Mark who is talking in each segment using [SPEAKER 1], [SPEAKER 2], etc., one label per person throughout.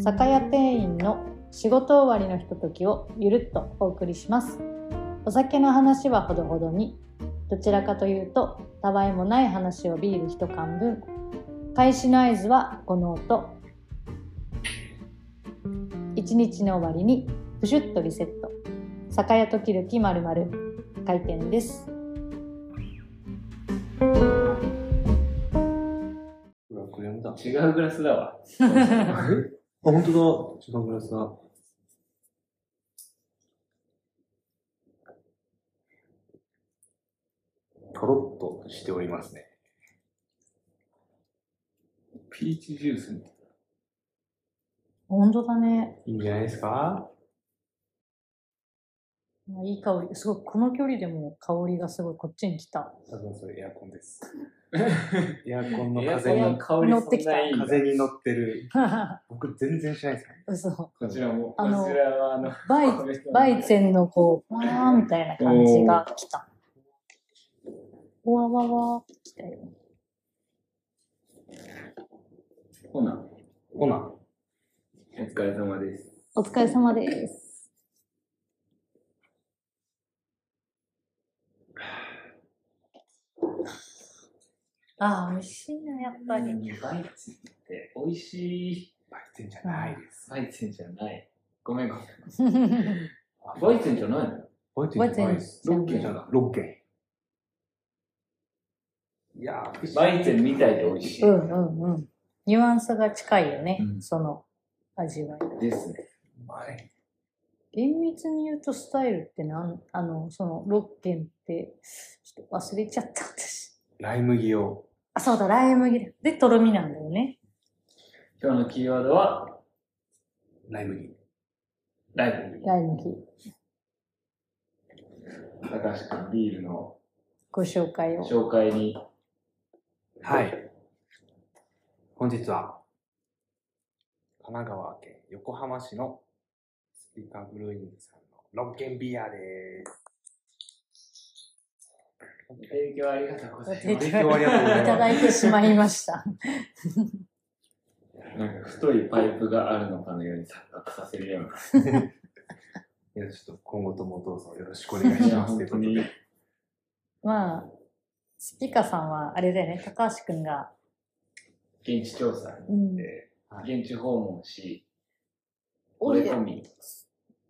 [SPEAKER 1] 酒屋店員の仕事終わりのひとときをゆるっとお送りしますお酒の話はほどほどにどちらかというとたわいもない話をビール一缶分開始の合図はこの音一日の終わりにプシュッとリセット酒屋時々まるまる開店です
[SPEAKER 2] うわ、これやめた。
[SPEAKER 3] 違うグラスだわ。
[SPEAKER 2] あ、本当だ。違うグラスだ。
[SPEAKER 3] とろっとしておりますね。ピーチジュースみたい
[SPEAKER 1] 本当だね
[SPEAKER 3] いいんじゃないですか
[SPEAKER 1] いい香りすごいこの距離でも香りがすごいこっちに来た
[SPEAKER 3] 多分それエアコンです。エアコンの風
[SPEAKER 1] エアコン
[SPEAKER 3] に
[SPEAKER 1] の、香り乗ってきたそんないい
[SPEAKER 3] 風に乗ってる。僕全然しないですね。
[SPEAKER 1] 嘘
[SPEAKER 3] こ
[SPEAKER 4] ちらも、
[SPEAKER 1] あの
[SPEAKER 4] こちらはあの、
[SPEAKER 1] バイ
[SPEAKER 4] これ人の
[SPEAKER 1] バイゼンのこう、わーみたいな感じが来た。わわわーって来たよ。
[SPEAKER 4] コナン。
[SPEAKER 3] ほな。
[SPEAKER 4] お疲れ様です。
[SPEAKER 1] お疲れ様です。ああ、美味しいな、やっぱ り。
[SPEAKER 4] バイツって、美味しい。
[SPEAKER 3] バイテンじゃないです。
[SPEAKER 4] バイツじゃない。ごめんごめん。
[SPEAKER 1] う
[SPEAKER 4] バイツじゃないの
[SPEAKER 3] バイテンじゃないです。
[SPEAKER 1] バイテン
[SPEAKER 3] じゃない。6軒。いやー、
[SPEAKER 4] バイツみたいで美味しい。
[SPEAKER 1] んうんうん。ニュアンスが近いよね、
[SPEAKER 4] うん
[SPEAKER 1] その味わい。
[SPEAKER 4] ですね。
[SPEAKER 3] うまい。
[SPEAKER 1] 厳密に言うとスタイルってなん、あの、その6軒って、ちょっと忘れちゃった私。
[SPEAKER 3] ライ麦を。
[SPEAKER 1] あ、そうだ、ライ麦だ。で、とろみなんだよね。
[SPEAKER 4] 今日のキーワードは、
[SPEAKER 3] ライ麦。
[SPEAKER 4] ライブに。
[SPEAKER 1] ライ麦。
[SPEAKER 4] 高橋君、ビールの
[SPEAKER 1] ご紹介を。
[SPEAKER 4] 紹介に、
[SPEAKER 3] はい。本日は、神奈川県横浜市のスピーカーブルーイングさんの6軒ビアです。
[SPEAKER 4] 提供ありがとうござい
[SPEAKER 1] 提供
[SPEAKER 4] ます。
[SPEAKER 1] い
[SPEAKER 3] 提供ありがとうございます
[SPEAKER 1] ただいてしまいました。
[SPEAKER 4] なんか太いパイプがあるのかのように錯覚させるような。
[SPEAKER 3] いや、ちょっと今後ともどうぞよろしくお願いします。ということ で。
[SPEAKER 1] まあ、スピカさんは、あれだよね、高橋くんが、
[SPEAKER 4] 現地調査
[SPEAKER 1] う
[SPEAKER 4] に
[SPEAKER 1] ん、
[SPEAKER 4] で
[SPEAKER 3] はい
[SPEAKER 4] 現地訪問し、
[SPEAKER 1] お
[SPEAKER 4] 折
[SPEAKER 1] い
[SPEAKER 4] れ込み、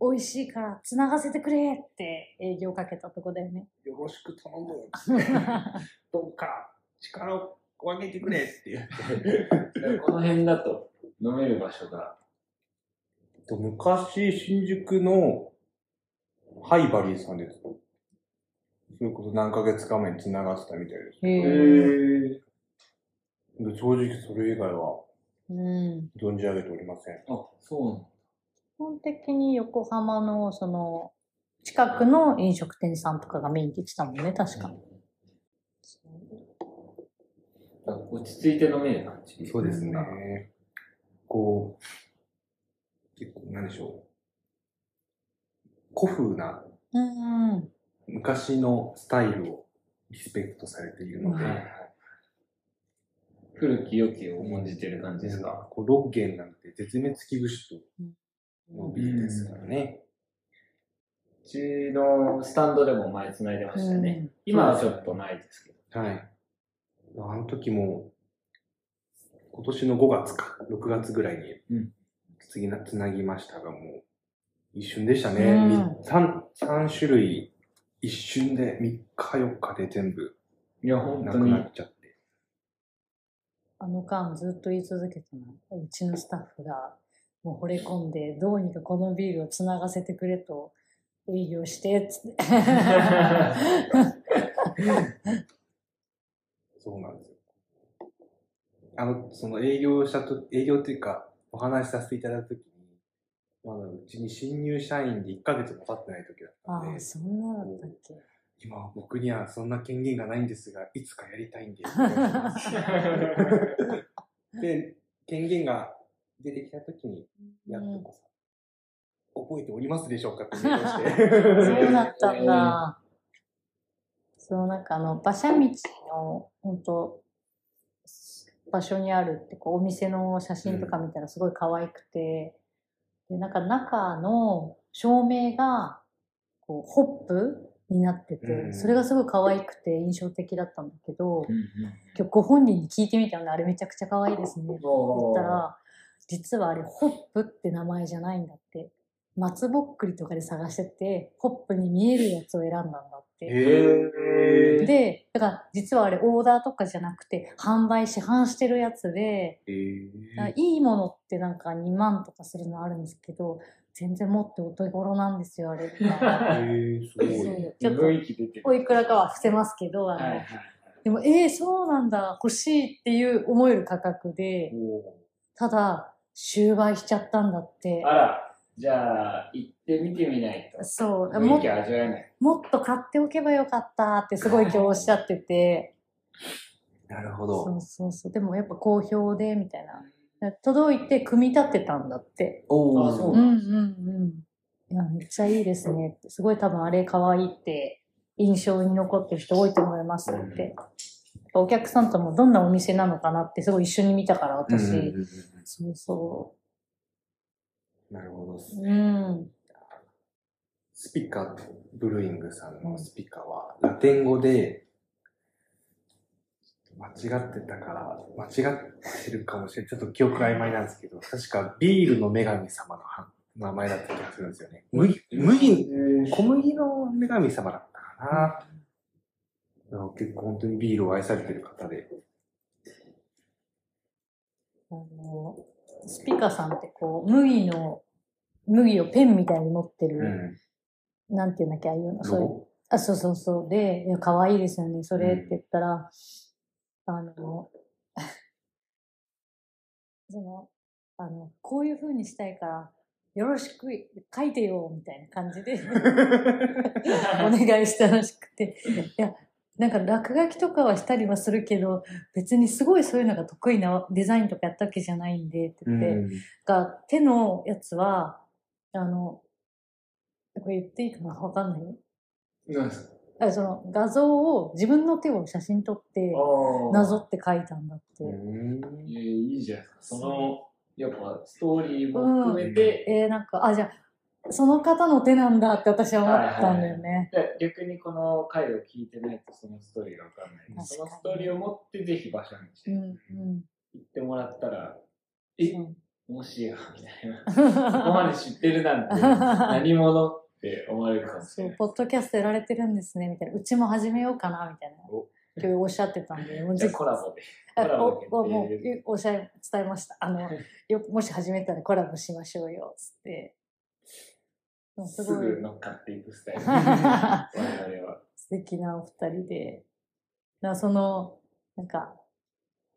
[SPEAKER 1] 美味しいから繋がせてくれって営業かけたとこだよ ね。
[SPEAKER 3] よろしく頼む。どうか力を上げてくれっていう。
[SPEAKER 4] この辺だと飲める場所が、
[SPEAKER 3] と昔、新宿のハイバリーさんです。それこそ何ヶ月か前に繋がってたみたいです。
[SPEAKER 1] へ
[SPEAKER 4] へ
[SPEAKER 1] え。
[SPEAKER 3] で正直それ以外は
[SPEAKER 1] うん。
[SPEAKER 3] 存じ上げておりません。
[SPEAKER 4] あ、そうなの
[SPEAKER 1] 基本的に横浜の、その、近くの飲食店さんとかがメインって言ってたもんね、確か。
[SPEAKER 4] なんか落ち着いて飲める感じ。
[SPEAKER 3] そうですね。こう、結構、なんでしょう。古風な
[SPEAKER 1] うんうん。
[SPEAKER 3] 昔のスタイルをリスペクトされているので、
[SPEAKER 4] はいはい古き良きを重んじてる感じですか。
[SPEAKER 3] こうロッゲンなんて絶滅危惧種とのビールですからね。
[SPEAKER 4] うちのスタンドでも前繋いでましたね。
[SPEAKER 1] うん
[SPEAKER 4] 今はちょっとないですけど。
[SPEAKER 3] はい。あの時も、今年の5月か、6月ぐらいに、
[SPEAKER 4] うん
[SPEAKER 3] 次な、つなぎましたが、もう、一瞬でしたね。
[SPEAKER 1] うん
[SPEAKER 3] み三三種類、一瞬で、3日4日で全部、
[SPEAKER 4] いや、本
[SPEAKER 3] な
[SPEAKER 4] 当
[SPEAKER 3] くな
[SPEAKER 4] に
[SPEAKER 3] っ。ちゃって。
[SPEAKER 1] あの間ずっと言い続けてなうちのスタッフがもう惚れ込んでどうにかこのビールをつながせてくれと営業してっ つって
[SPEAKER 3] そうなんですよ。あの、その営業したと、営業っていうか、お話しさせていただくときに、まだうちに新入社員で1ヶ月も経ってない時だった
[SPEAKER 1] あ
[SPEAKER 3] ん
[SPEAKER 1] あ
[SPEAKER 3] で、
[SPEAKER 1] そんなだったっけ
[SPEAKER 3] 今は僕にはそんな権限がないんですが、いつかやり たいんで、お願いします で、権限が出てきたときに、やっとこそ、覚えておりますでしょうかって言いまして。
[SPEAKER 1] そうだったんだ。そのなんかあの、馬車道の、本当場所にあるってこうお店の写真とか見たらすごい可愛くて、でなんか中の照明がこうホップになってて、
[SPEAKER 3] うん
[SPEAKER 1] それがすごい可愛くて印象的だったんだけど、
[SPEAKER 4] うん
[SPEAKER 1] 今日ご本人に聞いてみたのねあれめちゃくちゃ可愛いですねって言った
[SPEAKER 4] おー
[SPEAKER 1] ら実はあれホップって名前じゃないんだって松ぼっくりとかで探しててホップに見えるやつを選んだんだって。
[SPEAKER 3] へー。
[SPEAKER 1] で、だから実はあれオーダーとかじゃなくて販売市販してるやつで、
[SPEAKER 3] え
[SPEAKER 1] だからいいものってなんか2万とかするのあるんですけど、全然もってお手頃なんですよ、あれ。みたいな
[SPEAKER 3] ー、すご
[SPEAKER 1] そ
[SPEAKER 3] い。
[SPEAKER 1] うちょっと
[SPEAKER 4] 雰囲気出てる。
[SPEAKER 1] おいくらかは伏せますけど、あの
[SPEAKER 4] はいはい
[SPEAKER 1] でも、えー、そうなんだ、欲しいっていう思える価格で、ただ、終売しちゃったんだって
[SPEAKER 4] あ。ら、じゃあ、行ってみてみないと。
[SPEAKER 1] そう、
[SPEAKER 4] 雰囲
[SPEAKER 1] も
[SPEAKER 4] 気味わえない。
[SPEAKER 1] もっと買っておけばよかったってすごい今日おっしゃってて。
[SPEAKER 3] なるほ
[SPEAKER 1] そ
[SPEAKER 3] ど。
[SPEAKER 1] うそうそう。でもやっぱ好評で、みたいな。届いて組み立てたんだって。
[SPEAKER 3] お
[SPEAKER 4] あそ
[SPEAKER 1] うん
[SPEAKER 4] う
[SPEAKER 1] うん
[SPEAKER 4] な
[SPEAKER 1] うん。いや、めっちゃいいですねって。すごい多分あれ可愛いって印象に残ってる人多いと思いますって。やっぱお客さんともどんなお店なのかなってすごい一緒に見たから
[SPEAKER 3] うん
[SPEAKER 1] 私。
[SPEAKER 3] うんうんうん
[SPEAKER 1] そうそ
[SPEAKER 3] なるほどっす
[SPEAKER 1] う。うん。
[SPEAKER 3] スピカーとブルーイングさんのスピカーは、ラテン語で、間違ってたから、間違ってるかもしれない。ちょっと記憶曖昧なんですけど、確かビールの女神様のは名前だった気がするんですよね。麦、麦、小麦の女神様だったかな。あの結構本当にビールを愛されてる方で。
[SPEAKER 1] あの、スピカさんってこう、麦の、麦をペンみたいに持って
[SPEAKER 3] う
[SPEAKER 1] る、
[SPEAKER 3] ん。
[SPEAKER 1] なんていうんだっけ、ああいうの、そういう
[SPEAKER 3] ロ
[SPEAKER 1] あ、そうそうそう。で、いや、可愛いですよね、それって言ったら、あの、 その、あの、こういう風にしたいから、よろしくい書いてよ、みたいな感じで、お願いしたらしくて。いや、なんか落書きとかはしたりはするけど、別にすごいそういうのが得意なデザインとかやったわけじゃないん で、って
[SPEAKER 3] う
[SPEAKER 1] 言って、
[SPEAKER 3] ん。
[SPEAKER 1] が手のやつは、あの、これ言っていいかなわかんない。
[SPEAKER 4] なんですか
[SPEAKER 1] あその画像を自分の手を写真撮って
[SPEAKER 4] あー
[SPEAKER 1] なぞって書いたんだって、
[SPEAKER 3] うん
[SPEAKER 4] いやいいじゃないですか。その、やっぱ、ストーリーも含めて、
[SPEAKER 1] えー、なんかあじゃあその方の手なんだって私は思ったんだよね、
[SPEAKER 4] で逆にこの回を聞いてないとそのストーリーがわかんないん
[SPEAKER 1] 確
[SPEAKER 4] で。
[SPEAKER 1] かに
[SPEAKER 4] そのストーリーを持って、ぜひ場所にして
[SPEAKER 1] う
[SPEAKER 4] 行
[SPEAKER 1] ん
[SPEAKER 4] ってもらったら、え
[SPEAKER 1] う、ん
[SPEAKER 4] 面白いよ、みたいな。ここま
[SPEAKER 1] う
[SPEAKER 4] で知ってるなん て、何者って思われる
[SPEAKER 1] ん
[SPEAKER 4] かもし
[SPEAKER 1] そ
[SPEAKER 4] れ
[SPEAKER 1] う
[SPEAKER 4] ない。
[SPEAKER 1] ポッドキャストやられてるんですねみたいなうちも始めようかなみたいな
[SPEAKER 4] お
[SPEAKER 1] 今日おっしゃってたん でもう
[SPEAKER 4] じ
[SPEAKER 1] ぜ
[SPEAKER 4] ゃあ
[SPEAKER 1] ひ
[SPEAKER 4] コラボで。
[SPEAKER 1] あ
[SPEAKER 4] コラボ決定
[SPEAKER 1] おおもうゆおっしゃい伝えました あのよもし始めたらコラボしましょうよつ ってもう
[SPEAKER 4] す
[SPEAKER 1] すごい
[SPEAKER 4] ぐ乗っかっていくスタイル。 我々は。
[SPEAKER 1] 素敵なお二人で、なその、なんか、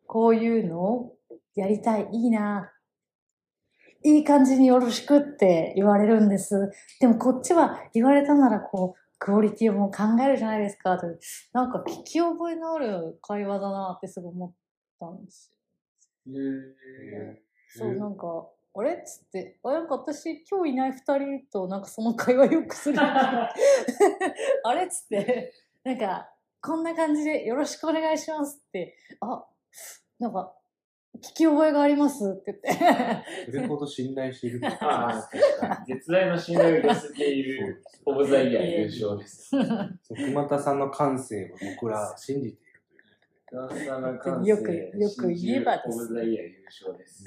[SPEAKER 1] こういうのをやりたい、いいな、いい感じによろしくって言われるんです。でもこっちは言われたならこう、クオリティをもう考えるじゃないですか、となんか聞き覚えのある会話だなってすごい思ったんですよ。そう、なんか、あれっつって、あ、なんか私今日いない二人となんかその会話よくする。 あれっつって、なんか、こんな感じでよろしくお願いしますって、あ、なんか、聞き覚えがありますって言って。
[SPEAKER 3] そ れほど信頼している。
[SPEAKER 4] まあ、確かに。絶大の信頼を寄せている、オブザイヤー優勝です。
[SPEAKER 3] そう熊田さんの感性を僕ら信じているという。
[SPEAKER 4] よ
[SPEAKER 1] よ
[SPEAKER 4] く
[SPEAKER 1] くよく言えばです
[SPEAKER 4] オブザイヤー優勝です。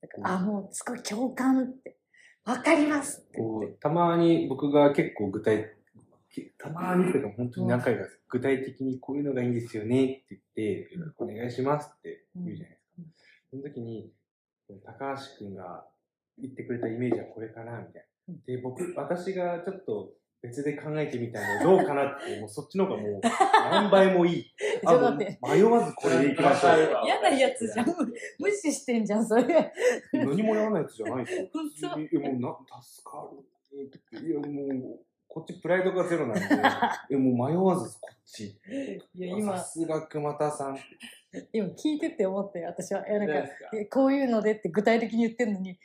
[SPEAKER 1] だからあ、もうすごい共感って、わかりますって言っ
[SPEAKER 3] こ
[SPEAKER 1] て。
[SPEAKER 3] うたまに僕が結構具体、たまにというか本当に何回か具体的にこういうのがいいんですよねって言って、お願いしますって言うじゃないですか。その時に、高橋くんが言ってくれたイメージはこれかなみたいな。で、僕、私がちょっと別で考えてみたのどうかなって、もうそっちの方がもう何倍もいい。
[SPEAKER 1] ちょっと待って
[SPEAKER 3] あもう迷わずこれでいきましょう。
[SPEAKER 1] 嫌なやつじゃん。無視してんじゃん、そ れ。
[SPEAKER 3] 何もやらないやつじゃない ですよ。
[SPEAKER 1] 本当
[SPEAKER 3] いやもうな、助かる。いやもう、こっちプライドがゼロ なんで、いやもう迷わずこっち。
[SPEAKER 1] いや、
[SPEAKER 3] さ
[SPEAKER 1] 今、
[SPEAKER 3] すが熊田さん。
[SPEAKER 1] 今聞いてて思ったよ、私は。いや、なん
[SPEAKER 4] 何
[SPEAKER 1] か
[SPEAKER 4] ですか、
[SPEAKER 1] えこういうのでって具体的に言ってんのに、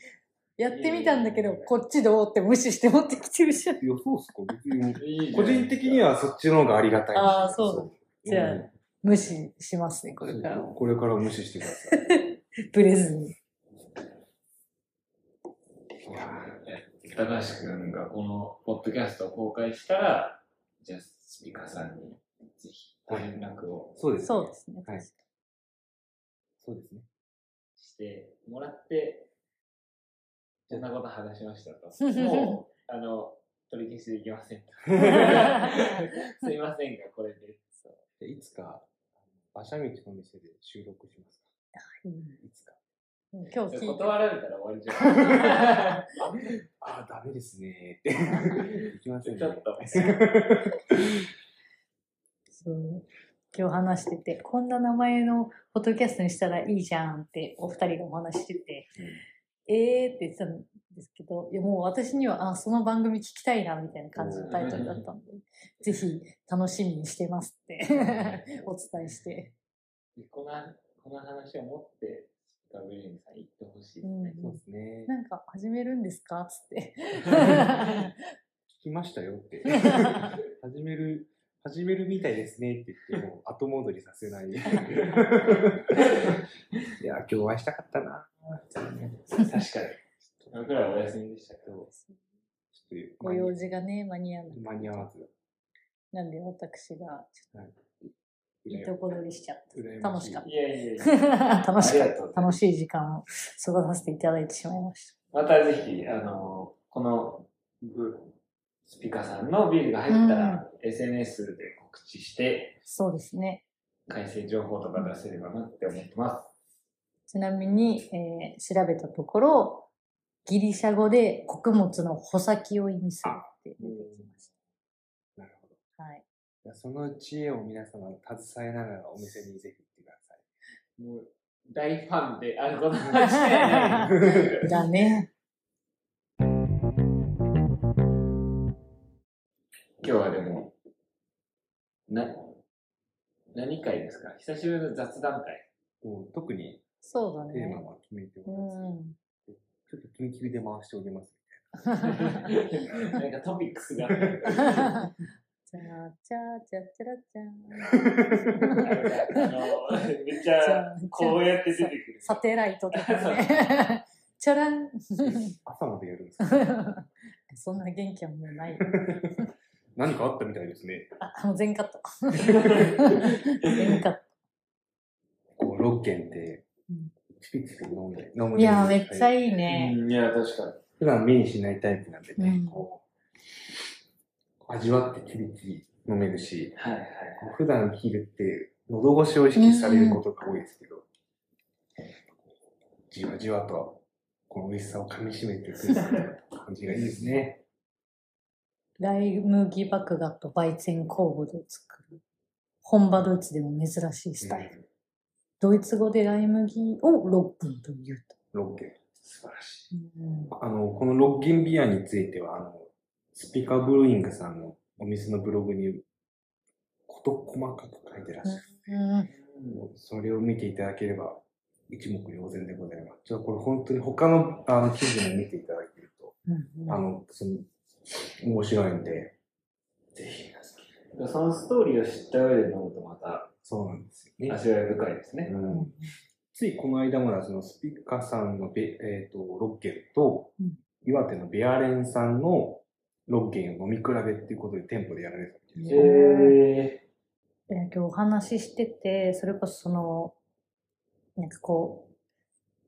[SPEAKER 1] やってみたんだけ
[SPEAKER 4] い
[SPEAKER 1] ど、
[SPEAKER 4] やいやいや
[SPEAKER 1] こっちどうって無視して持ってきてるじゃん。
[SPEAKER 3] いや、そうっすか。別に
[SPEAKER 4] いいじゃ
[SPEAKER 3] 個
[SPEAKER 4] ないですか
[SPEAKER 3] 人的にはそっちの方がありがたい。
[SPEAKER 1] あーそう
[SPEAKER 3] う
[SPEAKER 1] じゃあ無視しますね、これからは。
[SPEAKER 3] これから無視してください。
[SPEAKER 1] ブレずに。
[SPEAKER 4] 高橋くんがこのポッドキャストを公開したら、じゃあスピカさんにぜひご連絡を
[SPEAKER 3] そうです、ね。
[SPEAKER 1] そうですね。。
[SPEAKER 3] はいそうですね。
[SPEAKER 4] してもらって、こんなこと話しました ともう、あの、取り消しできませんと。すいませんが、これで。そう
[SPEAKER 3] じゃあいつか、馬車道の店で収録しますか
[SPEAKER 1] うん
[SPEAKER 3] いつか。
[SPEAKER 1] 今日聞い
[SPEAKER 4] 断
[SPEAKER 1] た。
[SPEAKER 4] られたら終わりじゃ
[SPEAKER 3] ああ、ダメですね ーって。できません
[SPEAKER 4] ん。
[SPEAKER 3] ね。
[SPEAKER 4] ちょっと。
[SPEAKER 1] そう今日話してて、こんな名前のポッドキャストにしたらいいじゃんってお二人がお話ししてて、えーって言ってたんですけど、いやもう私には、あ、その番組聞きたいなみたいな感じのタイトルだったんで、ぜひ楽しみにしてますってお伝えして。
[SPEAKER 4] この、この話を持って、ガブリエルさん言ってほしいです
[SPEAKER 1] う
[SPEAKER 4] ね。
[SPEAKER 1] ん
[SPEAKER 3] そうですね。
[SPEAKER 1] なんか始めるんですかつって。
[SPEAKER 3] 聞きましたよ って。始める、始めるみたいですねって言って、もう後戻りさせ ない。いや、今日お会いしたかったな。
[SPEAKER 4] 確かに。僕らはお休みでしたけど、
[SPEAKER 3] ちょっと
[SPEAKER 1] ご用事がね、間に合わない。
[SPEAKER 3] 間に合わず。
[SPEAKER 1] なんで私がいいと
[SPEAKER 3] 羨
[SPEAKER 1] こ取りしちゃった。
[SPEAKER 3] 羨ま
[SPEAKER 1] 楽
[SPEAKER 3] し
[SPEAKER 1] し
[SPEAKER 3] い
[SPEAKER 1] かっ
[SPEAKER 4] いやいやいや、
[SPEAKER 1] た。楽しか
[SPEAKER 4] あ
[SPEAKER 1] った。
[SPEAKER 4] りがとうござい
[SPEAKER 1] 楽
[SPEAKER 4] ま
[SPEAKER 1] しい時間を過ごさせていただいてしまいまし
[SPEAKER 4] またぜひ、あの、この、ブスピカさんのビールが入ったら、SNS で告知して、
[SPEAKER 1] た。そうですね。
[SPEAKER 4] 改正情報とか出せればなって思ってま
[SPEAKER 1] ちなみに、えー調べたところ、ギリシャ語で穀物の穂先を意味するって出てきまし
[SPEAKER 3] なるほど。
[SPEAKER 1] た。はい。
[SPEAKER 3] じゃあその知恵を皆様携えながらお店にぜひ行ってください。
[SPEAKER 4] す。もう、大ファンであることは してない。
[SPEAKER 1] だね。
[SPEAKER 4] 今日はでも、な、何回ですか久しぶりの雑談会。
[SPEAKER 3] もう特に
[SPEAKER 1] そうだ
[SPEAKER 3] テー
[SPEAKER 1] ね
[SPEAKER 3] マ。は決めてお
[SPEAKER 1] う
[SPEAKER 3] ります。
[SPEAKER 1] ん。
[SPEAKER 3] ちょっとキビキビで回しております。
[SPEAKER 4] なんかトピックス がある。
[SPEAKER 1] じゃあ、じゃあ、じゃあ、じゃらじゃん。
[SPEAKER 4] あの、めっち
[SPEAKER 1] じゃ
[SPEAKER 4] ゃ、
[SPEAKER 1] あ
[SPEAKER 4] こうやって出てくる。
[SPEAKER 1] サテライトとか ね。チャラン
[SPEAKER 3] 朝までやるんですか
[SPEAKER 1] そんな元気はもうないよ。
[SPEAKER 3] 何かあったみたいですね。
[SPEAKER 1] あ、もう全カット。全カッ
[SPEAKER 3] こう、6軒で
[SPEAKER 1] うん、
[SPEAKER 3] チピチピ飲んで、飲む
[SPEAKER 1] ト。いやー、めっちゃい
[SPEAKER 3] い。
[SPEAKER 1] いね。
[SPEAKER 4] うんいや、確かに。
[SPEAKER 3] 普段目にしないタイプなんでね、
[SPEAKER 1] うん
[SPEAKER 3] こう、味わってチビチビ飲めるし、
[SPEAKER 4] はいはい。
[SPEAKER 3] こう普段ビールって喉越しを意識されることが多いですけど、じわじわと、この美味しさを噛み締めてくる感じがいいで すね。
[SPEAKER 1] ライ麦麦芽と焙煎酵母で作る。本場ドイツでも珍しいスタイル。ドイツ語でライ麦を6分と言うと。
[SPEAKER 3] 6軒。素晴らしい。
[SPEAKER 1] うん
[SPEAKER 3] あの、このロッキンビアについては、あの、スピカブルーイングさんのお店のブログに、こと細かく書いてらっしゃる。
[SPEAKER 1] うん、
[SPEAKER 3] もうそれを見ていただければ、一目瞭然でございます。ちょっとこれ本当に他のあの記事も見ていただけると、
[SPEAKER 1] うん
[SPEAKER 3] あの、その、面白いんで、ぜひ皆さん。
[SPEAKER 4] そのストーリーを知った上で飲むとまた
[SPEAKER 3] そうなんですよね。
[SPEAKER 4] 味わい深いですね。
[SPEAKER 3] うんついこの間もそのスピカさんのベ、えー、とロッケンと、
[SPEAKER 1] うん
[SPEAKER 3] 岩手のベアレンさんのロッケンを飲み比べっていうことで店舗でやられてたみたいで
[SPEAKER 1] へ
[SPEAKER 3] す
[SPEAKER 4] へ
[SPEAKER 1] ー
[SPEAKER 4] え
[SPEAKER 1] えー今日お話ししてて、それこそその、なんかこう、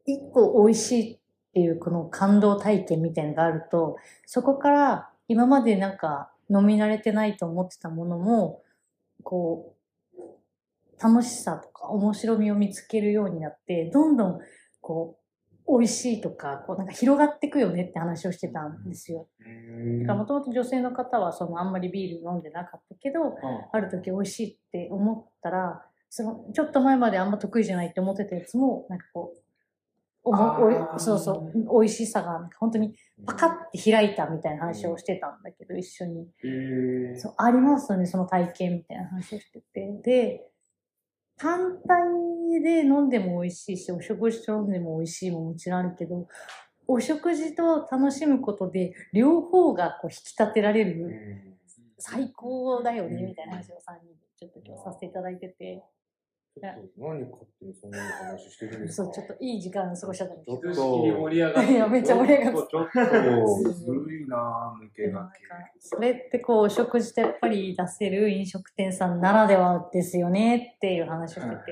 [SPEAKER 1] 一個美味しいっていうこの感動体験みたいなのがあると、そこから今までなんか飲み慣れてないと思ってたものも、こう、楽しさとか面白みを見つけるようになって、どんどんこう、美味しいとか、こうなんか広がっていくよねって話をしてたんですよ。
[SPEAKER 3] う
[SPEAKER 1] だ
[SPEAKER 3] ん
[SPEAKER 1] からもともと女性の方はそのあんまりビール飲んでなかったけど、ある時美味しいって思ったら、そのちょっと前まであんま得意じゃないって思ってたやつも、なんかこう、お
[SPEAKER 4] あ
[SPEAKER 1] も
[SPEAKER 4] ー
[SPEAKER 1] おいそうそう、美味しさが、なんか本当にパカッて開いたみたいな話をしてたんだけど、一緒に。
[SPEAKER 4] へ
[SPEAKER 1] そう、ありますよね、その体験みたいな話をしてて。で、単体で飲んでも美味しいし、お食事と飲んでも美味しいももちろんあるけど、お食事と楽しむことで、両方がこう引き立てられる
[SPEAKER 3] うん
[SPEAKER 1] 最高だよね、
[SPEAKER 3] うん
[SPEAKER 1] みたいな話を3人でちょっと今日させていただいてて、
[SPEAKER 3] 何勝手にそんな話してるんです
[SPEAKER 1] そ
[SPEAKER 3] か
[SPEAKER 1] う、ちょっといい時間過ごしちゃったんです
[SPEAKER 4] ひとしきり盛り上がっ
[SPEAKER 1] いや、めっちゃ盛り上がってた
[SPEAKER 3] ちょっと、ずるいなぁ、抜け
[SPEAKER 1] なん
[SPEAKER 3] が
[SPEAKER 1] か
[SPEAKER 3] け。
[SPEAKER 1] それってこう、食事とやっぱり出せる飲食店さんならではですよねっていう話をして
[SPEAKER 4] はいは
[SPEAKER 1] て、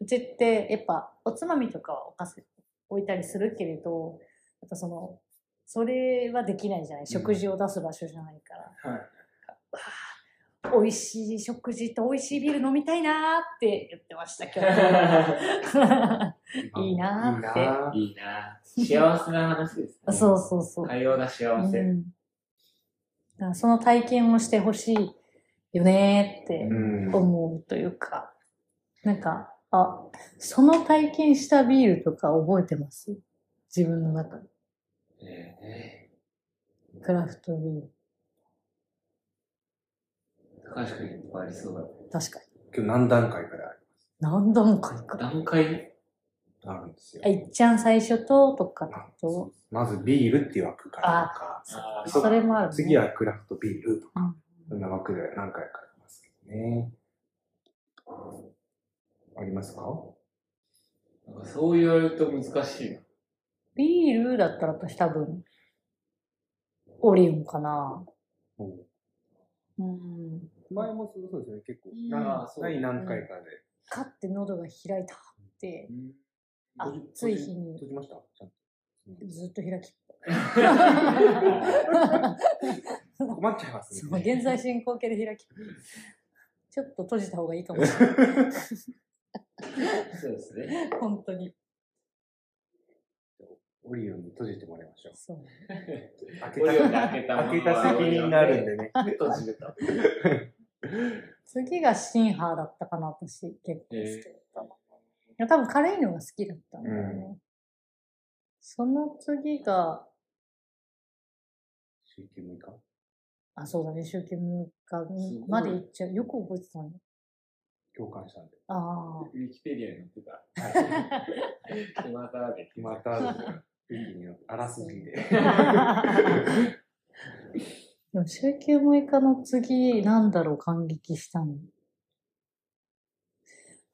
[SPEAKER 1] うちってやっぱおつまみとかはおかせ置いたりするけれど、やっぱその、それはできないじゃない。食事を出す場所じゃないから。
[SPEAKER 4] はい
[SPEAKER 1] わあ美味しい食事と美味しいビール飲みたいなーって言ってましたけど。い いなぁって
[SPEAKER 3] いいなぁ
[SPEAKER 4] いいな幸せな話ですね。
[SPEAKER 1] そうそうそう。
[SPEAKER 4] 会話が幸せ。
[SPEAKER 1] うん、だからその体験をしてほしいよねーって。
[SPEAKER 3] うん。
[SPEAKER 1] 思うというか、なんか、あ、その体験したビールとか覚えてます自分の中で。
[SPEAKER 4] え
[SPEAKER 1] クラフトビール。
[SPEAKER 4] ー高橋君いっぱいありそうだね。
[SPEAKER 1] 確かに。
[SPEAKER 3] 今日何段階から
[SPEAKER 1] 何段階か。
[SPEAKER 4] 段階
[SPEAKER 3] あるんですよ
[SPEAKER 1] あ。いっちゃん最初と、とかと、
[SPEAKER 3] まずビールっていう枠からとか、
[SPEAKER 4] あー
[SPEAKER 3] そう
[SPEAKER 1] それもある、ね。
[SPEAKER 3] 次はクラフトビールとか、
[SPEAKER 1] う
[SPEAKER 3] そんな枠で何回かありますけどね。ありますか
[SPEAKER 4] なんかそう言われると難しいな。
[SPEAKER 1] ビールだったら私多分、オリオンかな。うん。
[SPEAKER 3] 前もそうですね、結構
[SPEAKER 1] うん
[SPEAKER 4] あーそう
[SPEAKER 3] ない何回かで。
[SPEAKER 1] かって喉が開いたって、
[SPEAKER 3] 閉じ
[SPEAKER 1] 暑い日に
[SPEAKER 3] 閉じましたちゃんと
[SPEAKER 1] ずっと開き。
[SPEAKER 3] 困っちゃいます
[SPEAKER 1] そ
[SPEAKER 3] ね。
[SPEAKER 1] の現在進行形で開き。ちょっと閉じた方がいいかもしれない。
[SPEAKER 4] そうですね。
[SPEAKER 1] 本当に。
[SPEAKER 3] オリオンに閉じてもらいましょう。
[SPEAKER 1] そう。
[SPEAKER 3] 開
[SPEAKER 4] オリオンで開けたまま
[SPEAKER 3] 開けた責任になるんでね。
[SPEAKER 4] 閉じれた。
[SPEAKER 1] 次がシンハーだったかな、私。結構好きだったの。いや多分軽いのが好きだったんだよね。その次が、
[SPEAKER 3] 週休6日
[SPEAKER 1] あ、そうだね、週休6日
[SPEAKER 4] す
[SPEAKER 1] に
[SPEAKER 4] ごい
[SPEAKER 1] まで行っちゃう。よく覚えてたね。
[SPEAKER 3] 共感したんで。
[SPEAKER 1] ああ。
[SPEAKER 4] ウィキペディアに載ってた。またで。
[SPEAKER 3] また、 一気にあらすぎで。
[SPEAKER 1] でも週休6日の次、なんだろう、感激したの。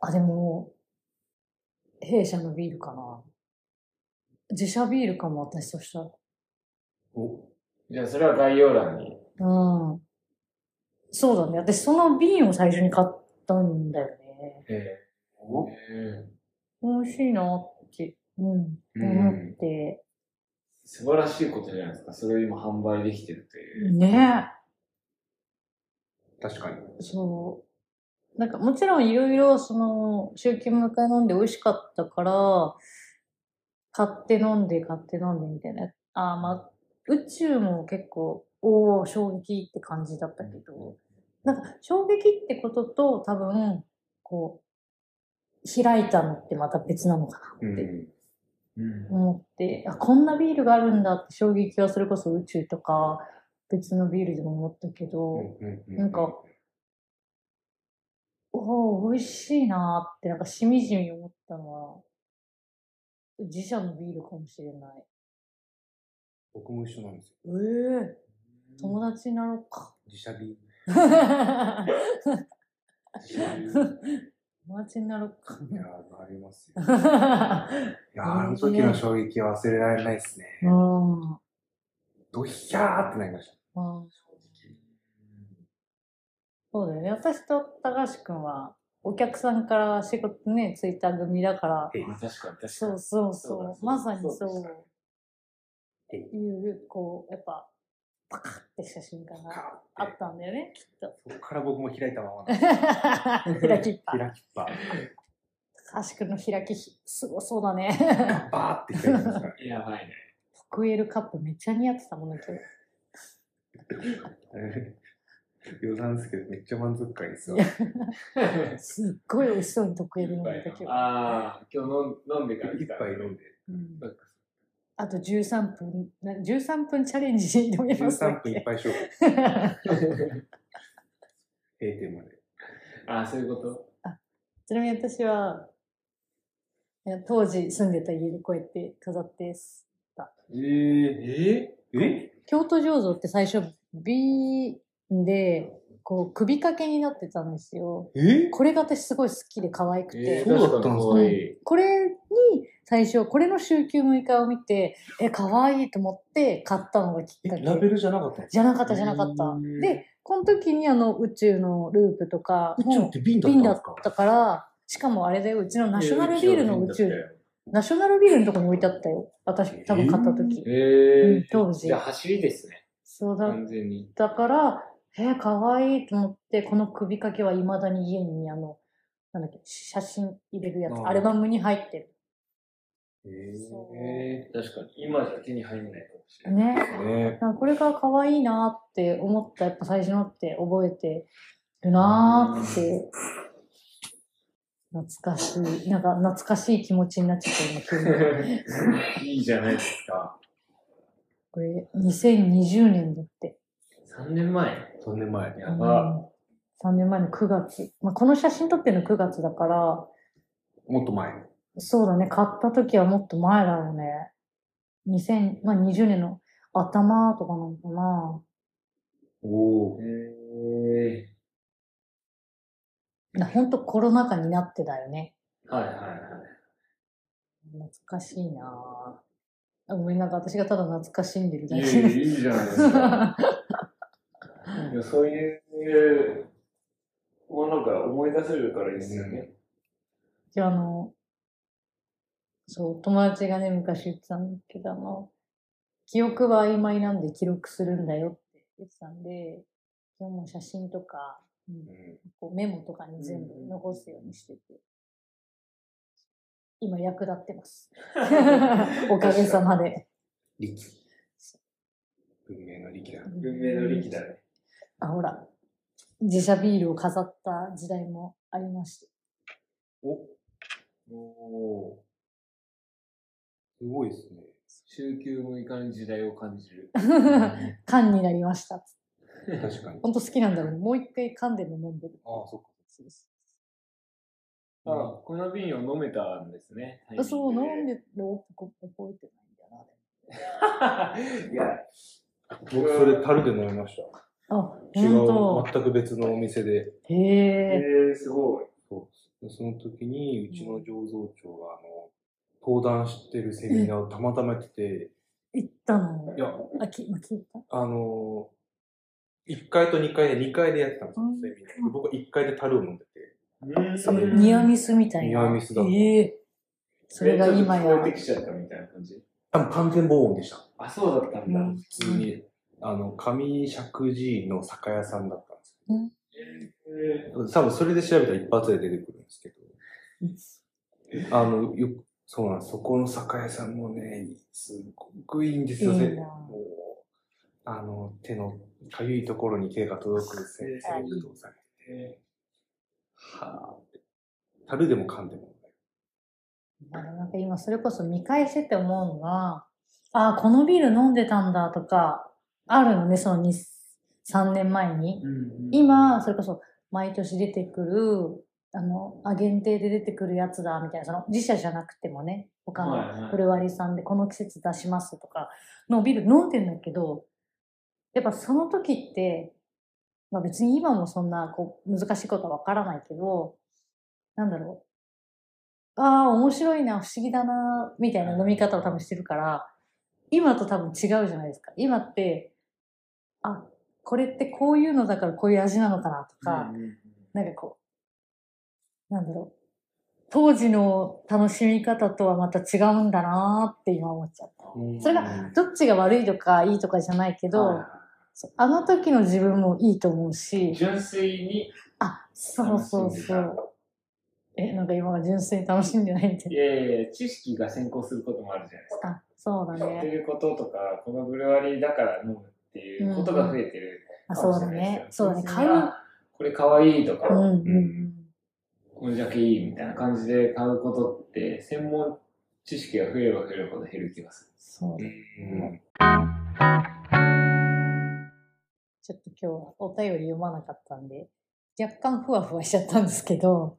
[SPEAKER 1] あ、でも、弊社のビールかな。自社ビールかも、私としたら。
[SPEAKER 3] お
[SPEAKER 4] じゃあそれは概要欄に。
[SPEAKER 1] うん。そうだね。私、その瓶を最初に買ったんだよね。
[SPEAKER 4] え
[SPEAKER 3] お
[SPEAKER 4] ー、
[SPEAKER 1] 美味しいなって、うん、
[SPEAKER 3] うん
[SPEAKER 1] 思って。
[SPEAKER 4] 素晴らしいことじゃないですか。それを今販売できてるという。
[SPEAKER 1] ね
[SPEAKER 3] 確かに。
[SPEAKER 1] そう。なんか、もちろんいろいろ、その、週休迎え飲んで美味しかったから、買って飲んで、買って飲んでみたいな。あーまあ、宇宙も結構、おお衝撃って感じだったけど、なんか、衝撃ってことと、多分、こう、開いたのってまた別なのかな。
[SPEAKER 3] うん。
[SPEAKER 4] うん
[SPEAKER 1] 思って、あ、こんなビールがあるんだって衝撃はそれこそ宇宙とか別のビールでも思ったけど、なんか、おお、美味しいなーってなんかしみじみ思ったのは、自社のビールかもしれない。
[SPEAKER 3] 僕も一緒なんですよ。
[SPEAKER 1] ええ友達になろう か。
[SPEAKER 3] 自社ビ
[SPEAKER 1] 友達になろうか。
[SPEAKER 3] いやー、ありますよ。いやー、あの時の衝撃は忘れられないですね。
[SPEAKER 1] うん。うん
[SPEAKER 3] ドヒャーってなりました。
[SPEAKER 1] そうだよね。私と高橋くんは、お客さんから仕事ね、ついた組だから、
[SPEAKER 3] えい
[SPEAKER 4] 確かに確かに。
[SPEAKER 1] そうそう
[SPEAKER 4] そうだ
[SPEAKER 1] そ。
[SPEAKER 4] そうう
[SPEAKER 1] まさに
[SPEAKER 4] そうでした
[SPEAKER 1] そ
[SPEAKER 3] え
[SPEAKER 1] う。いう、こう、やっぱ、パカッてした瞬間が
[SPEAKER 3] か
[SPEAKER 1] あ
[SPEAKER 3] ーっ
[SPEAKER 1] ってたんだよね、きっと。
[SPEAKER 3] そこから僕も開いたままなんで
[SPEAKER 1] 開きっぱ。
[SPEAKER 3] 開きっぱ。
[SPEAKER 1] 高橋くんの開き、すごそうだね。
[SPEAKER 3] バーって開いてますから。
[SPEAKER 4] やばいね。
[SPEAKER 1] トクエルカップめっちゃ似合ってたもんね、今日。
[SPEAKER 3] 余談ですけど、めっちゃ満足感ですよ。
[SPEAKER 1] すっごい美味しそうにトクエル飲んでた今日。
[SPEAKER 4] ああ、今日飲ん飲んでから
[SPEAKER 3] 一
[SPEAKER 4] 来た。
[SPEAKER 3] 杯飲んで。
[SPEAKER 1] うん
[SPEAKER 4] そっか
[SPEAKER 1] あと13分、な13分チャレンジでもやります
[SPEAKER 3] 13分いっぱい勝負。閉店まで。
[SPEAKER 4] ああ、そういうこと
[SPEAKER 1] ちなみに私は、いや当時住んでた家にこうやって飾ってす、
[SPEAKER 3] えー、ええ
[SPEAKER 1] 京都醸造って最初、瓶で、こう首掛けになってたんですよ。
[SPEAKER 3] え
[SPEAKER 1] これが私すごい好きで可愛くて。
[SPEAKER 3] そうだったんです
[SPEAKER 1] かこれに最初、これの週休6日を見て、え、可愛いと思って買ったのがきっか
[SPEAKER 3] え
[SPEAKER 1] け。
[SPEAKER 3] ラベルじゃなかったの
[SPEAKER 1] じゃなかったじゃなかった
[SPEAKER 3] う。ん
[SPEAKER 1] で、この時にあの宇宙のループとか、
[SPEAKER 3] 宇宙って瓶だったん
[SPEAKER 1] 瓶だ
[SPEAKER 3] で
[SPEAKER 1] っ
[SPEAKER 3] すか
[SPEAKER 1] たから、しかもあれだよ、うちのナショナルビールの宇宙、ナショナルビールのとこに置いてあったよ。私、多分買った時。う
[SPEAKER 4] え
[SPEAKER 1] ん当時
[SPEAKER 4] じゃあ走りですね。
[SPEAKER 1] そうだっ
[SPEAKER 4] 完全に。
[SPEAKER 1] たから、えー、かわいいと思って、この首掛けは未だに家にあの、なんだっけ、写真入れるやつ、
[SPEAKER 3] あー
[SPEAKER 1] アルバムに入ってる。
[SPEAKER 3] え
[SPEAKER 1] そう
[SPEAKER 4] えー、確かに。今じゃ手に入んないかもしれ ない。
[SPEAKER 1] ね。
[SPEAKER 3] ーね
[SPEAKER 1] なんかこれが可愛いなって思った、やっぱ最初のって覚えてるなーって。懐かしい。なんか懐かしい気持ちになっちゃった今、急に。
[SPEAKER 4] いいじゃないですか。
[SPEAKER 1] これ、2020年だって。
[SPEAKER 4] 3年前。
[SPEAKER 3] 3年前。
[SPEAKER 4] やば。
[SPEAKER 1] うん。3年前の9月。まあ、この写真撮ってるの9月だから、
[SPEAKER 3] もっと前。
[SPEAKER 1] そうだね、買った時はもっと前だろうね。2000、まあ、20年の頭とかなのかな。
[SPEAKER 3] おお。
[SPEAKER 4] え
[SPEAKER 1] なほんとコロナ禍になってだよね。
[SPEAKER 4] ー、はいはいはい。
[SPEAKER 1] 懐かしいなぁ。あごめん、なんか私がただ懐かしんでる
[SPEAKER 4] い
[SPEAKER 1] だ
[SPEAKER 4] や
[SPEAKER 1] け。
[SPEAKER 4] いやいいじゃないですか。 いやそういうものが思い出せるからいいですよね。
[SPEAKER 1] じゃあ、あの、そう、友達がね、昔言ってたんだけど、あの、記憶は曖昧なんで記録するんだよって言ってたんで、今日も写真とか、うんこうメモとかに全部残すようにしてて、今役立って ます。おかげさまで。
[SPEAKER 3] 力。文明の力だ。
[SPEAKER 4] 文明の力だね。
[SPEAKER 1] あ、ほら、自社ビールを飾った時代もありまして。
[SPEAKER 3] お
[SPEAKER 4] おお
[SPEAKER 3] すごいですね。
[SPEAKER 4] ー。週休6日の時代を感じ る。
[SPEAKER 1] 缶になりました。
[SPEAKER 3] 確かに。
[SPEAKER 1] ほんと好きなんだろうね。もう一回缶でも飲んでる。
[SPEAKER 3] ああ、そっか。
[SPEAKER 1] そうそ
[SPEAKER 4] あ、この瓶を飲めたんですね。
[SPEAKER 1] うそう、飲んでるの覚えてないんだよな。
[SPEAKER 4] いや、
[SPEAKER 3] 僕、それ、樽で飲みまし
[SPEAKER 1] あ、
[SPEAKER 3] た。違う
[SPEAKER 1] ほんと。、
[SPEAKER 3] 全く別のお店で。
[SPEAKER 1] へ
[SPEAKER 4] え
[SPEAKER 1] え。
[SPEAKER 4] ー、すごい。
[SPEAKER 3] そう。その時に、うちの醸造長が、あの、登壇してるセミナーをたまたま来て、
[SPEAKER 1] 行ったの
[SPEAKER 3] い。や、
[SPEAKER 1] あ、き、まあ、聞いた。
[SPEAKER 3] あのー、1階と2階で2階でやってたんですよ
[SPEAKER 1] うん、
[SPEAKER 3] セミナー。僕は1階で樽を飲んでて。
[SPEAKER 1] そうれ
[SPEAKER 3] ん
[SPEAKER 1] ニアミスみたいな。
[SPEAKER 3] ニアミスだ
[SPEAKER 1] ええそれが今
[SPEAKER 4] えちょっ
[SPEAKER 1] や
[SPEAKER 4] と聞こえ。てきちゃったみたいな感じ。
[SPEAKER 3] 多分完全防音でした。
[SPEAKER 4] あ、そうだったんだ。
[SPEAKER 1] うん
[SPEAKER 4] 普通に。
[SPEAKER 3] あの、上石寺の酒屋さんだったんですけ
[SPEAKER 4] え
[SPEAKER 3] ど、多分それで調べたら一発で出てくるんですけど、あの、よく、そうなんです。そこの酒屋さんもね、すっごくいいんですよ、
[SPEAKER 1] いいな
[SPEAKER 3] せもうあの、手のかゆいところに手が届くせ
[SPEAKER 4] うん
[SPEAKER 3] セミとされ
[SPEAKER 4] ーえ
[SPEAKER 3] て、はぁって。樽でも噛んでもない。
[SPEAKER 1] あのなんか今それこそ見返してて思うのが、あこのビール飲んでたんだとか、あるのね、その2、3年前に。
[SPEAKER 4] ーうんうん
[SPEAKER 1] 今、それこそ毎年出てくる、あの、あ、限定で出てくるやつだ、みたいな、その自社じゃなくてもね、他
[SPEAKER 4] はいは
[SPEAKER 1] の
[SPEAKER 4] い
[SPEAKER 1] ブルワリーさんでこの季節出しますとかのビール飲んでんだけど、やっぱその時って、まあ別に今もそんなこう難しいことはわからないけど、なんだろう。ああ、面白いな、不思議だな、みたいな飲み方を多分してるから、今と多分違うじゃないですか。今って、あ、これってこういうのだからこういう味なのかなとか、
[SPEAKER 4] うんうん
[SPEAKER 1] なんかこう、なんだろう。当時の楽しみ方とはまた違うんだなーって今思っちゃった。それが、どっちが悪いとかいいとかじゃないけど、
[SPEAKER 4] はいは
[SPEAKER 1] そうあの時の自分もいいと思う
[SPEAKER 4] い
[SPEAKER 1] し、
[SPEAKER 4] 純粋に、
[SPEAKER 1] あ、そうそう
[SPEAKER 4] 楽しんで
[SPEAKER 1] そ
[SPEAKER 4] た
[SPEAKER 1] う。え、なんか今は純粋に楽しんでないみたい
[SPEAKER 4] い
[SPEAKER 1] な。
[SPEAKER 4] やいやいや知識が先行することもあるじゃないですか。
[SPEAKER 1] あ、そうだ
[SPEAKER 4] って
[SPEAKER 1] ね。
[SPEAKER 4] いうこととか、このブルワリーだから飲むっていうことが増えてる
[SPEAKER 1] あ、
[SPEAKER 4] か
[SPEAKER 1] そう
[SPEAKER 4] もし
[SPEAKER 1] だ
[SPEAKER 4] れない
[SPEAKER 1] ね
[SPEAKER 4] で。す
[SPEAKER 1] そ
[SPEAKER 4] よ
[SPEAKER 1] うだね。
[SPEAKER 4] 別に
[SPEAKER 1] 買う。
[SPEAKER 4] あこれかわいいとか、
[SPEAKER 1] うんうん
[SPEAKER 3] う
[SPEAKER 4] これだけいいみたいな感じで買うことって、専門知識が増えれば増えるほど減る気がする。
[SPEAKER 1] そうだね。
[SPEAKER 3] うん
[SPEAKER 1] ちょっと今日はお便り読まなかったんで、若干ふわふわしちゃったんですけど、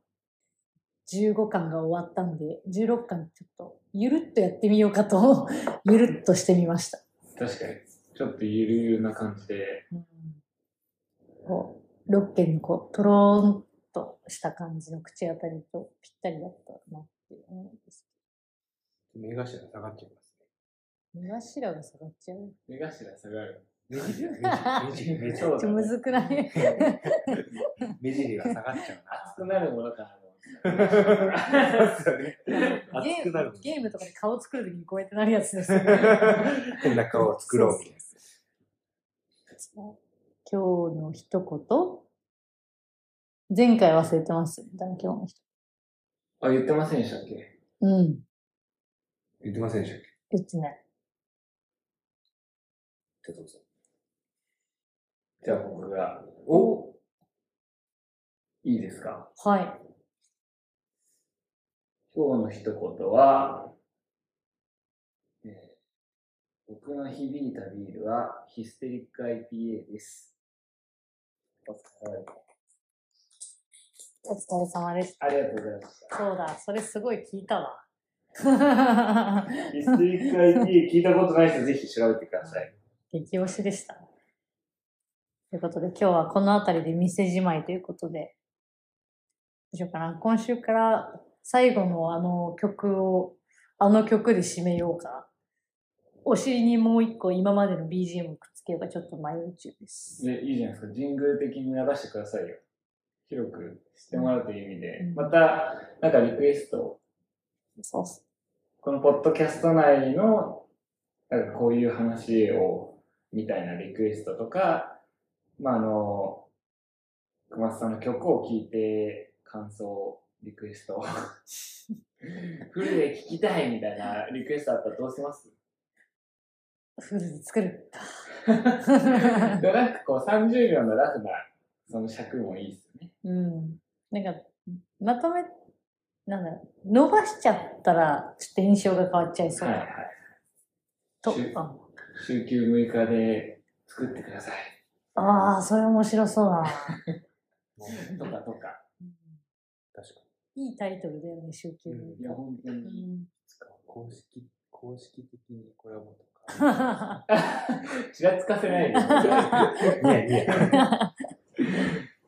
[SPEAKER 1] 15巻が終わったんで、16巻ちょっとゆるっとやってみようかと、ゆるっとしてみました。
[SPEAKER 4] 確かに。ちょっとゆるゆるな感じで。
[SPEAKER 1] うんこう6軒のこう、とろーんとした感じの口当たりとぴったりだったなって思うんです
[SPEAKER 3] 目頭下がっちゃいます
[SPEAKER 1] けど。目頭が下がっちゃう。
[SPEAKER 4] 目頭下がる。
[SPEAKER 3] ね。目 尻、目尻、目尻
[SPEAKER 1] ちょっとむずくない
[SPEAKER 3] 目尻が下がっちゃ
[SPEAKER 4] 熱くなるものかなと思ってた。
[SPEAKER 3] うな。そうですよね。熱
[SPEAKER 1] ゲ
[SPEAKER 3] くな
[SPEAKER 1] ー
[SPEAKER 3] る
[SPEAKER 1] ム。ゲームとかで顔作るときにこうやってなるやつですよ ね。
[SPEAKER 2] 変な顔を作ろうみたいな。
[SPEAKER 1] 今日の一言前回忘れてますみたいな今日の一
[SPEAKER 4] あ、言ってませんでしたっけ
[SPEAKER 1] 言。うん。
[SPEAKER 2] 言ってませんでしたっ
[SPEAKER 1] 言ってない。
[SPEAKER 2] け哲夫さん
[SPEAKER 4] じゃあ僕が。
[SPEAKER 1] お
[SPEAKER 4] いいですか
[SPEAKER 1] はい。
[SPEAKER 4] 今日の一言は、えー僕の響いたビールはヒステリック IPA です。お疲れ様です
[SPEAKER 1] お疲れ様です。
[SPEAKER 4] ありがとうございました。
[SPEAKER 1] そうだ、それすごい聞いたわ。
[SPEAKER 4] ヒステリック IPA 聞いたことない人ぜひ調べてください。
[SPEAKER 1] 激推しでした。ということで今日はこの辺りで店じまいということで、どうしようかな。今週から最後のあの曲を、あの曲で締めようか。お尻にもう一個今までの BGM をくっつければちょっと迷う中です。
[SPEAKER 4] で、いいじゃないですか。神宮的に流してくださいよ。広く知ってもらうという意味で
[SPEAKER 1] う。ん
[SPEAKER 4] また、なんかリクエストを
[SPEAKER 1] そうっす
[SPEAKER 4] このポッドキャスト内の、なんかこういう話を、みたいなリクエストとか、まあ、あの、熊津さんの曲を聴いて、感想、リクエストを。 フルで聴きたいみたいなリクエストあったらどうします
[SPEAKER 1] フルで作る。
[SPEAKER 4] でなんかこう30秒のラフな、その尺もいいですよね。
[SPEAKER 1] うん。なんか、まとめ、なんだろう、伸ばしちゃったら、ちょっと印象が変わっちゃいそう
[SPEAKER 4] は
[SPEAKER 1] だ
[SPEAKER 4] いはい。
[SPEAKER 1] と、
[SPEAKER 4] しゅ
[SPEAKER 1] あ
[SPEAKER 4] 週休6日で作ってください。
[SPEAKER 1] ああ、それ面白そうだな。
[SPEAKER 4] とかとか。
[SPEAKER 3] 確か
[SPEAKER 1] いいタイトルだよね、集休
[SPEAKER 3] うん
[SPEAKER 4] いや、本当に。
[SPEAKER 3] に。公式、公式的にコラボとか。
[SPEAKER 1] と
[SPEAKER 4] ちらつかせないで。
[SPEAKER 3] ニヤニヤ。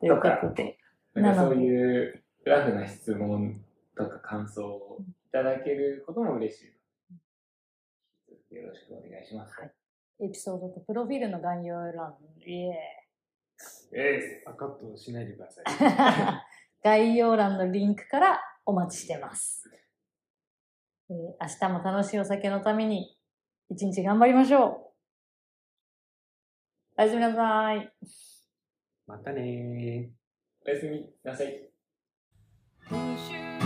[SPEAKER 1] いうことで、
[SPEAKER 4] なんかそういうラフな質問とか感想をいただけることも嬉しい。よろしくお願いします。
[SPEAKER 1] はいエピソードとプロフィールの概要欄、イエ
[SPEAKER 4] え
[SPEAKER 3] あカットしないでください。
[SPEAKER 1] ーイ概要欄のリンクからお待ちしてます。えー明日も楽しいお酒のために、一日頑張りましょう。おやすみなさい。
[SPEAKER 3] またねー。
[SPEAKER 4] おやすみなさい。
[SPEAKER 5] 今週